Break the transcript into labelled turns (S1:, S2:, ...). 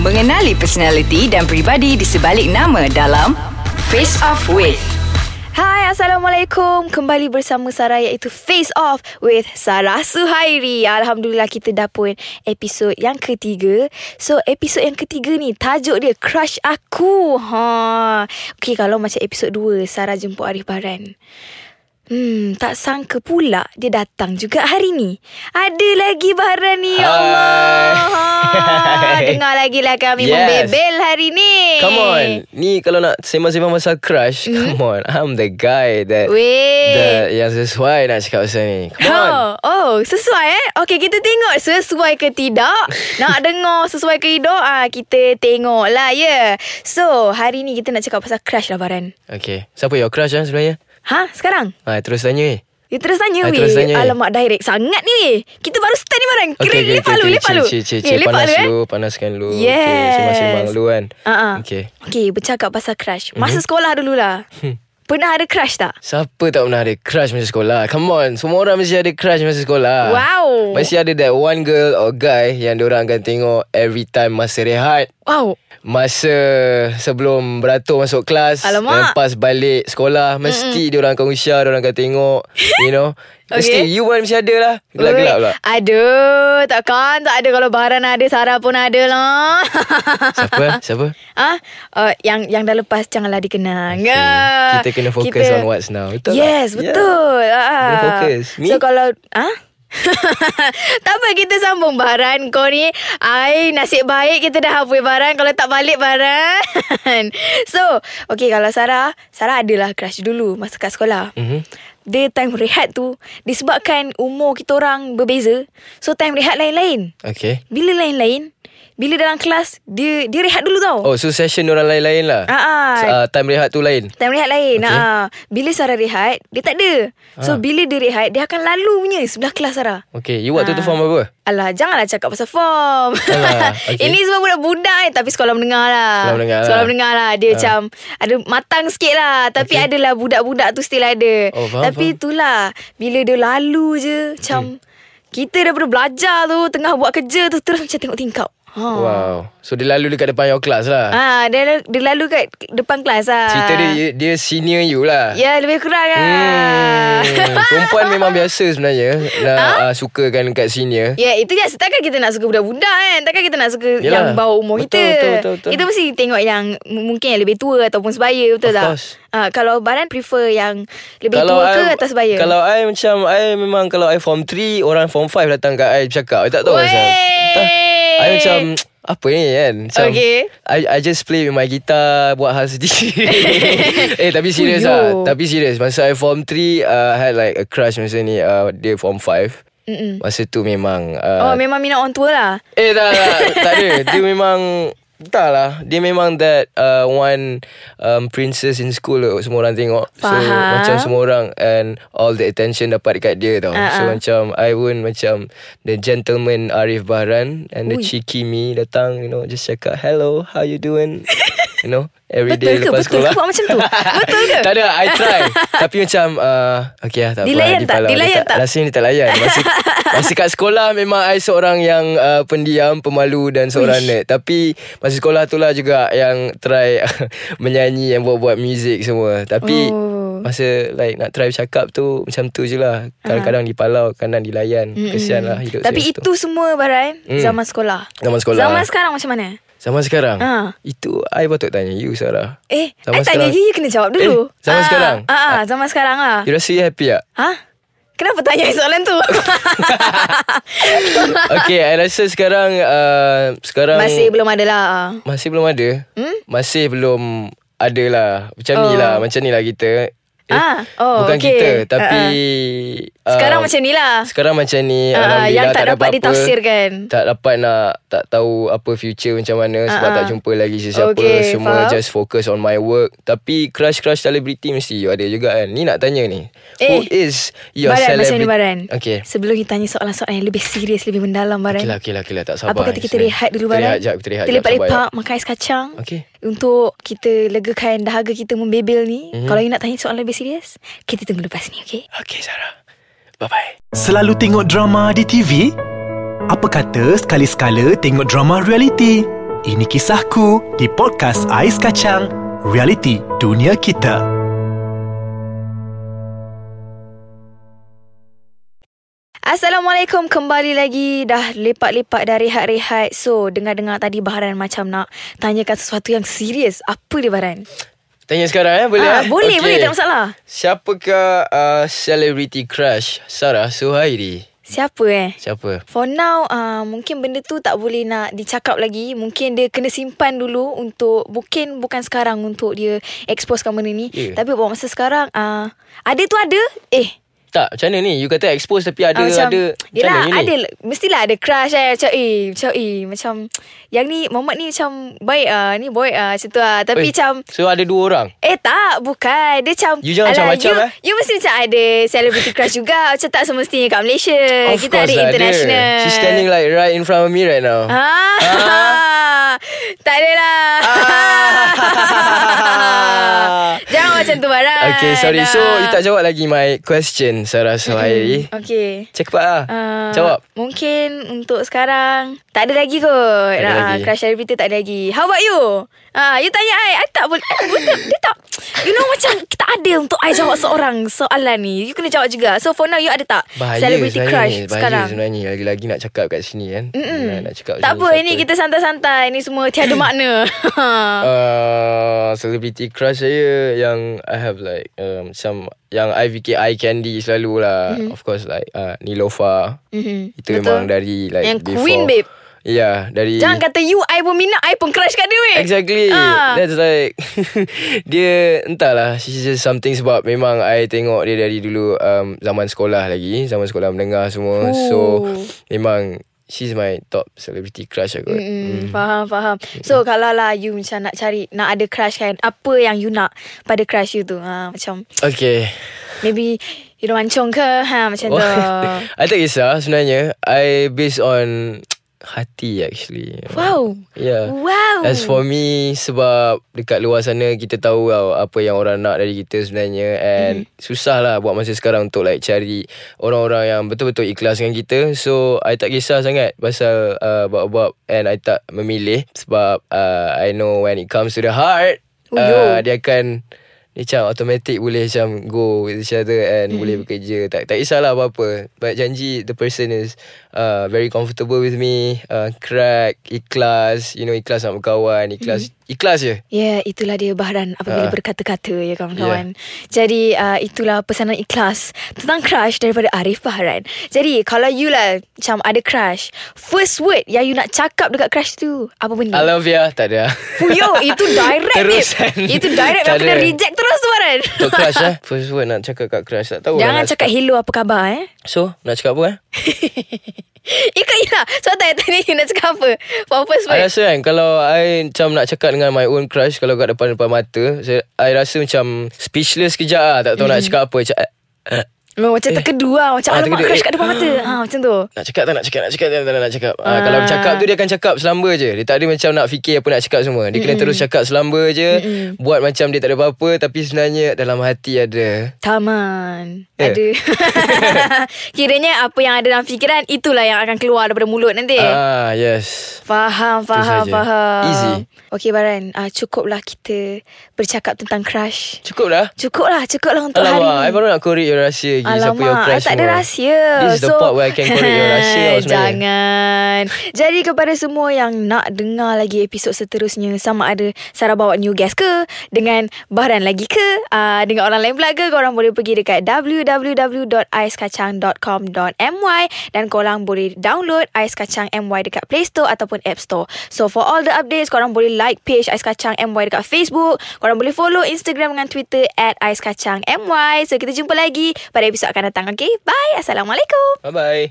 S1: Mengenali personaliti dan peribadi di sebalik nama dalam Face Off With.
S2: Hai, Assalamualaikum. Kembali bersama Sarah iaitu Face Off with Sarah Suhairi. Alhamdulillah kita dah pun episod yang ketiga. So, episod yang ketiga ni tajuk dia Crush Aku. Ha. Okey, kalau macam episod 2 Sarah jemput Arif Baran. Hmm, tak sangka pula dia datang juga hari ni. Ada lagi Baran ni, ya
S3: Hai.
S2: Allah. Ha. Dengar lagi lah kami
S3: Yes.
S2: membebel hari ni.
S3: Come on Ni kalau nak sembang-sembang pasal crush Come on I'm the guy that
S2: Mm-hmm. Weh.
S3: that Yang sesuai nak cakap pasal ni Come on
S2: Oh, oh, sesuai eh. Okey, kita tengok sesuai ke tidak. Nak dengar sesuai ke tidak, ah kita tengok lah ya. Yeah. So, hari ni kita nak cakap pasal crush lah Baran.
S3: Okay Siapa your crush kan sebenarnya?
S2: Ha, sekarang?
S3: Ha, terus tanya eh
S2: You terus tanya
S3: Ah,
S2: weh.
S3: terus tanya, eh.
S2: Alamak, direct sangat ni weh. Kita baru start ni Baran. Kira okay, lepak lu, lepak lu.
S3: Cik, cik,
S2: Okay,
S3: cik
S2: lepak
S3: Panas
S2: lu, eh.
S3: lu, panaskan lu Okay,
S2: Yes.
S3: sembang-sembang lu kan
S2: Uh-uh.
S3: Okay
S2: Okey, bercakap pasal
S3: Mhm.
S2: crush. Masa sekolah dululah.
S3: Hmm.
S2: Pernah ada crush tak?
S3: Siapa tak pernah ada crush masa sekolah? Come on, semua orang mesti ada crush masa sekolah.
S2: Wow.
S3: Mesti ada that one girl or guy yang diorang akan tengok every time masa rehat.
S2: Wow.
S3: Masa sebelum beratur masuk kelas
S2: Alamak.
S3: Lepas balik sekolah Mesti Mm-mm. diorang akan usah Diorang akan tengok You know
S2: Okay.
S3: Mesti you pun mesti ada lah Gelap-gelap
S2: Weh,
S3: lah
S2: Aduh, takkan tak ada kalau Baran ada, Sarah pun ada lah.
S3: Siapa? Siapa?
S2: Ah, uh, yang yang dah lepas janganlah dikenang.
S3: Okay.
S2: Ah,
S3: Kita kena fokus on what's now Betul
S2: Yes,
S3: tak?
S2: betul. Yeah.
S3: Kena fokus. Me?
S2: So kalau ah tak apa kita sambung Baran Kau ni Ai nasib baik kita dah hapus Baran Kalau tak balik Baran So Okay kalau Sarah Sarah adalah crush dulu Masa kat sekolah
S3: Mhm.
S2: Dia time rehat tu Disebabkan umur kita orang berbeza So time rehat lain-lain
S3: Okay
S2: Bila lain-lain Bila dalam kelas Dia dia rehat dulu tau
S3: Oh so session orang lain-lain lah
S2: Ah, ah.
S3: uh, Time rehat tu lain
S2: Time rehat lain
S3: Okey. Ah.
S2: okay. Bila Sarah rehat Dia tak ada So bila dia rehat Dia akan lalu punya Sebelah kelas Sarah
S3: Okay you waktu tu
S2: Ah.
S3: form apa?
S2: Alah janganlah cakap pasal form
S3: Alah, okey.
S2: Ini semua budak-budak eh Tapi sekolah mendengar lah
S3: Sekolah mendengar lah.
S2: Sekolah mendengar lah Dia macam Ada matang sikit lah Tapi
S3: Okey.
S2: adalah budak-budak tu still ada
S3: Oh,
S2: Tapi
S3: faham, faham. Hmm.
S2: itulah Bila dia lalu je Macam Kita daripada belajar tu Tengah buat kerja tu Terus macam tengok tingkap ha.
S3: Wow So dia lalu dekat depan your class lah
S2: Ah, dia, lalu, dia lalu kat depan kelas lah
S3: Cerita dia ya. dia senior you lah
S2: Ya lebih kurang lah
S3: Hmm, perempuan memang biasa sebenarnya
S2: Ah?
S3: nak uh, sukakan kat senior.
S2: Ya itu je Takkan kita nak suka budak-budak kan Takkan kita nak suka Yalah.
S3: Yalah.
S2: Yang bawah umur
S3: Betul,
S2: kita
S3: betul, betul, betul.
S2: Kita mesti tengok yang m- Mungkin yang lebih tua Ataupun sebaya Betul
S3: Of
S2: tak
S3: course.
S2: Ah, Kalau Baran prefer yang Lebih tua ke atau sebaya
S3: Kalau I macam I memang kalau I form 3 Orang form 5 datang kat I bercakap I tak tahu pasal Entah, I macam apa ni kan Macam
S2: Okay.
S3: I, I just play with my guitar Buat hal sendiri Eh tapi serius
S2: Fuyoh.
S3: lah Tapi serius Masa I form 3 uh, I had like a crush masa ni uh, Dia form 5
S2: Mm-mm.
S3: Masa tu memang uh,
S2: Oh memang minat orang tua lah
S3: Eh tak tak Tak ada Dia memang Entahlah Dia memang that uh, One um, Princess in school tu, Semua orang tengok So
S2: Faham.
S3: macam semua orang And all the attention Dapat dekat dia tau uh-huh. So
S2: Ah, ah.
S3: macam I pun macam The gentleman Arif Bahran And the
S2: Ui.
S3: cheeky me Datang you know Just cakap Hello How you doing You know Every
S2: Betul
S3: day
S2: ke?
S3: lepas
S2: Betul
S3: sekolah
S2: ke buat macam tu? Betul ke?
S3: tak ada I try Tapi macam uh, Okay lah tak
S2: Dilayan
S3: apa
S2: tak?
S3: Dilayan
S2: Dilayan tak?
S3: Rasanya dia tak layan Masa, masa kat sekolah Memang I seorang yang uh, Pendiam Pemalu Dan seorang nerd Tapi Masa sekolah tu lah juga Yang try Menyanyi Yang buat-buat muzik semua Tapi
S2: Oh.
S3: Masa like Nak try bercakap tu Macam tu je lah Kadang-kadang dipalau Kadang dilayan
S2: Mm-mm.
S3: Kesian lah hidup
S2: Tapi
S3: saya
S2: itu semua Baran
S3: Mm.
S2: Zaman sekolah
S3: Zaman sekolah
S2: Zaman sekarang macam mana?
S3: Zaman sekarang
S2: Ah.
S3: Itu I patut tanya you Sarah
S2: Eh, I
S3: Zaman
S2: tanya
S3: sekarang.
S2: you, you kena jawab dulu.
S3: Eh, zaman sekarang.
S2: Ah, ah, zaman sekarang lah.
S3: You rasa you happy tak?
S2: Ha? Kenapa tanya soalan tu?
S3: okay, I rasa sekarang uh, sekarang
S2: Masih belum ada lah.
S3: masih belum ada.
S2: Hmm?
S3: Masih belum ada lah. Macam
S2: Oh.
S3: ni lah, macam ni lah kita. Eh,
S2: Ah, oh,
S3: bukan
S2: okay.
S3: kita, tapi uh,
S2: Sekarang macam ni lah.
S3: Sekarang macam ni,
S2: Ah,
S3: alhamdulillah
S2: yang tak
S3: tak ada
S2: dapat
S3: apa-apa.
S2: ditafsirkan.
S3: Tak dapat nak tak tahu apa future macam mana sebab
S2: Ah, ah.
S3: tak jumpa lagi sesiapa.
S2: Okay,
S3: Semua
S2: faham.
S3: just focus on my work. Tapi crush-crush celebrity mesti you ada juga kan. Ni nak tanya ni.
S2: Eh,
S3: Who is your
S2: Baran, macam
S3: celebrity?
S2: ni Baran.
S3: Okay.
S2: Sebelum kita tanya soalan-soalan yang lebih serius, lebih mendalam Baran.
S3: Okay lah, okay lah, okay lah. Tak sabar.
S2: Apa kata kita
S3: Sorry.
S2: rehat dulu
S3: Kita
S2: Baran?
S3: rehat jap, kita rehat
S2: Kita
S3: jap. sabar jap.
S2: lepak-lepak, makan ais kacang.
S3: ya. Okay.
S2: Untuk kita legakan dahaga kita membebel ni.
S3: Mhm.
S2: Kalau you nak tanya soalan lebih serius, kita tunggu lepas ni, okay?
S3: Okay, Sarah. Bye-bye.
S4: Selalu tengok drama di TV? Apa kata sekali-sekala tengok drama reality? Ini Kisahku di podcast Ais Kacang, realiti dunia kita.
S2: Assalamualaikum kembali lagi Dah lepak-lepak dah rehat-rehat So dengar-dengar tadi Baharan macam nak Tanyakan sesuatu yang serius Apa dia Baharan?
S3: Tanya sekarang eh Boleh
S2: Ah,
S3: eh
S2: boleh,
S3: Okey.
S2: boleh, tak ada masalah.
S3: Siapakah uh, Celebrity crush Sarah Suhairi
S2: Siapa eh?
S3: Siapa
S2: For now uh, Mungkin benda tu tak boleh nak Dicakap lagi Mungkin dia kena simpan dulu Untuk Mungkin bukan sekarang Untuk dia Exposekan benda ni
S3: Ya.
S2: yeah. Tapi buat masa sekarang uh, Ada tu ada Eh
S3: Tak macam mana ni You kata expose Tapi ada
S2: Ah,
S3: macam, ada Macam
S2: yelah,
S3: mana ni
S2: ada lah. Mestilah ada crush eh Macam eh Macam eh Macam Yang ni Muhammad ni macam Baik ah Ni boy ah Macam tu ah Tapi
S3: Oi,
S2: macam
S3: So ada dua orang
S2: Eh tak Bukan Dia macam
S3: You jangan
S2: alah,
S3: macam-macam,
S2: you,
S3: eh.
S2: you mesti macam ada Celebrity crush juga Macam tak semestinya kat Malaysia
S3: Of
S2: Eh, Kita ada
S3: course lah
S2: international
S3: ada. She's standing like Right in front of me right now
S2: Ah, tak ada lah.
S3: Ah.
S2: Jangan macam tu Ah. barang.
S3: Okay sorry So you tak jawab lagi My question Sarah Suhairi
S2: Okay.
S3: Check up lah
S2: Ah,
S3: Jawab
S2: Mungkin untuk sekarang Tak ada lagi kot
S3: Tak ada
S2: Ah,
S3: lagi.
S2: Crush Celebrity tak ada lagi How about you? Ah, you tanya I I tak boleh I- Dia tak- dia tak You know macam Kita ada untuk I jawab seorang Soalan ni You kena jawab juga So for now you ada tak
S3: Bahaya
S2: Celebrity
S3: saya
S2: crush
S3: ni. Bahaya
S2: sekarang
S3: sebenarnya Lagi-lagi nak cakap kat sini kan
S2: Mm-mm.
S3: nak, nak cakap
S2: Tak
S3: sini
S2: apa
S3: siapa.
S2: Ini kita santai-santai Ini semua tiada makna
S3: uh, Celebrity crush saya Yang I have like um, Some Yang I fikir eye candy Selalu lah mm-hmm. Of course like uh, Nilofa
S2: Mhm,
S3: Itu
S2: betul.
S3: memang dari like
S2: Yang
S3: before.
S2: queen, babe.
S3: Ya yeah, dari
S2: Jangan kata you I pun minat I pun crush kat dia weh
S3: Exactly
S2: Ah.
S3: That's like Dia Entahlah She's just something Sebab memang I tengok dia dari dulu um, Zaman sekolah lagi Zaman sekolah menengah semua
S2: Ooh.
S3: So Memang She's my top celebrity crush aku
S2: Mm-mm, Hmm, Faham faham
S3: Hmm.
S2: So kalau lah you macam nak cari Nak ada crush kan Apa yang you nak Pada crush you tu ha, Macam
S3: Okay
S2: Maybe You don't want chong ke ha, Macam tu
S3: I tak kisah sebenarnya I based on Hati actually
S2: Wow
S3: Yeah
S2: Wow
S3: As for me Sebab Dekat luar sana Kita tahu tau Apa yang orang nak Dari kita sebenarnya And mm. Susah lah Buat masa sekarang Untuk like cari Orang-orang yang Betul-betul ikhlas dengan kita So I tak kisah sangat Pasal uh, Bab-bab And I tak memilih Sebab uh, I know when it comes to the heart
S2: Oh, yo.
S3: uh, Dia akan dia macam automatic boleh macam go with each other
S2: Hmm.
S3: and mm. boleh bekerja tak tak kisahlah apa-apa but janji the person is uh, very comfortable with me uh, crack ikhlas you know ikhlas nak berkawan
S2: Hmm.
S3: ikhlas mm. ikhlas je
S2: Ya, yeah, itulah dia Bahran apabila
S3: Ah.
S2: berkata-kata ya kawan-kawan. Yeah. Jadi, uh, itulah pesanan ikhlas tentang crush daripada Arif Bahran. Jadi, kalau you lah macam ada crush, first word yang you nak cakap dekat crush tu, apa benda?
S3: I love ya tak ada
S2: Puyo Itu direct babe.
S3: Terusan.
S2: Itu direct
S3: Tak
S2: Aku kena
S3: ada.
S2: reject terus tu Baran
S3: Untuk crush eh First word nak cakap kat crush Tak tahu
S2: Jangan
S3: lah nak
S2: cakap hello apa khabar eh
S3: So nak cakap apa eh
S2: Ikut Ila So tak tanya you nak cakap apa For first word
S3: I rasa kan Kalau I macam nak cakap Dengan my own crush Kalau kat depan-depan mata saya, I rasa macam Speechless kejap lah Tak tahu
S2: Hmm.
S3: nak cakap apa Macam, eh,
S2: oh, Macam terkedu lah Macam
S3: Ah,
S2: alamak
S3: terkedu.
S2: crush
S3: Eh.
S2: kat depan mata ha, Macam tu
S3: nak cakap tak nak cakap Nak cakap tak tak nak cakap ha,
S2: Ah.
S3: Kalau bercakap tu Dia akan cakap selamba je Dia tak ada macam nak fikir Apa nak cakap semua Dia kena terus cakap selamba je Buat macam dia tak ada apa-apa Tapi sebenarnya Dalam hati ada
S2: Taman
S3: Eh.
S2: Ada Kiranya apa yang ada dalam fikiran Itulah yang akan keluar daripada mulut nanti
S3: Ah yes
S2: Faham, faham,
S3: saja.
S2: faham
S3: Easy.
S2: Okay Baran uh, Cukuplah kita Bercakap tentang crush
S3: Cukup dah
S2: Cukuplah, cukuplah untuk hari ni
S3: Alamak, I baru nak korek your rahsia lagi Siapa
S2: Alamak,
S3: your eh.
S2: I
S3: crush
S2: tak ada
S3: semua.
S2: rahsia
S3: This is the part where I can correct your rahsia tau sebenarnya.
S2: Jangan Jadi kepada semua yang nak dengar lagi episod seterusnya Sama ada Sarah bawa new guest ke Dengan Bahran lagi ke uh, Dengan orang lain pula ke Korang boleh pergi dekat www.aiskacang.com.my Dan korang boleh download Ais Kacang MY dekat Play Store Ataupun App Store So for all the updates Korang boleh like page Ais Kacang MY dekat Facebook Korang boleh follow Instagram dengan Twitter At Ais Kacang MY So kita jumpa lagi pada episod akan datang Okay Bye Assalamualaikum
S3: Bye-bye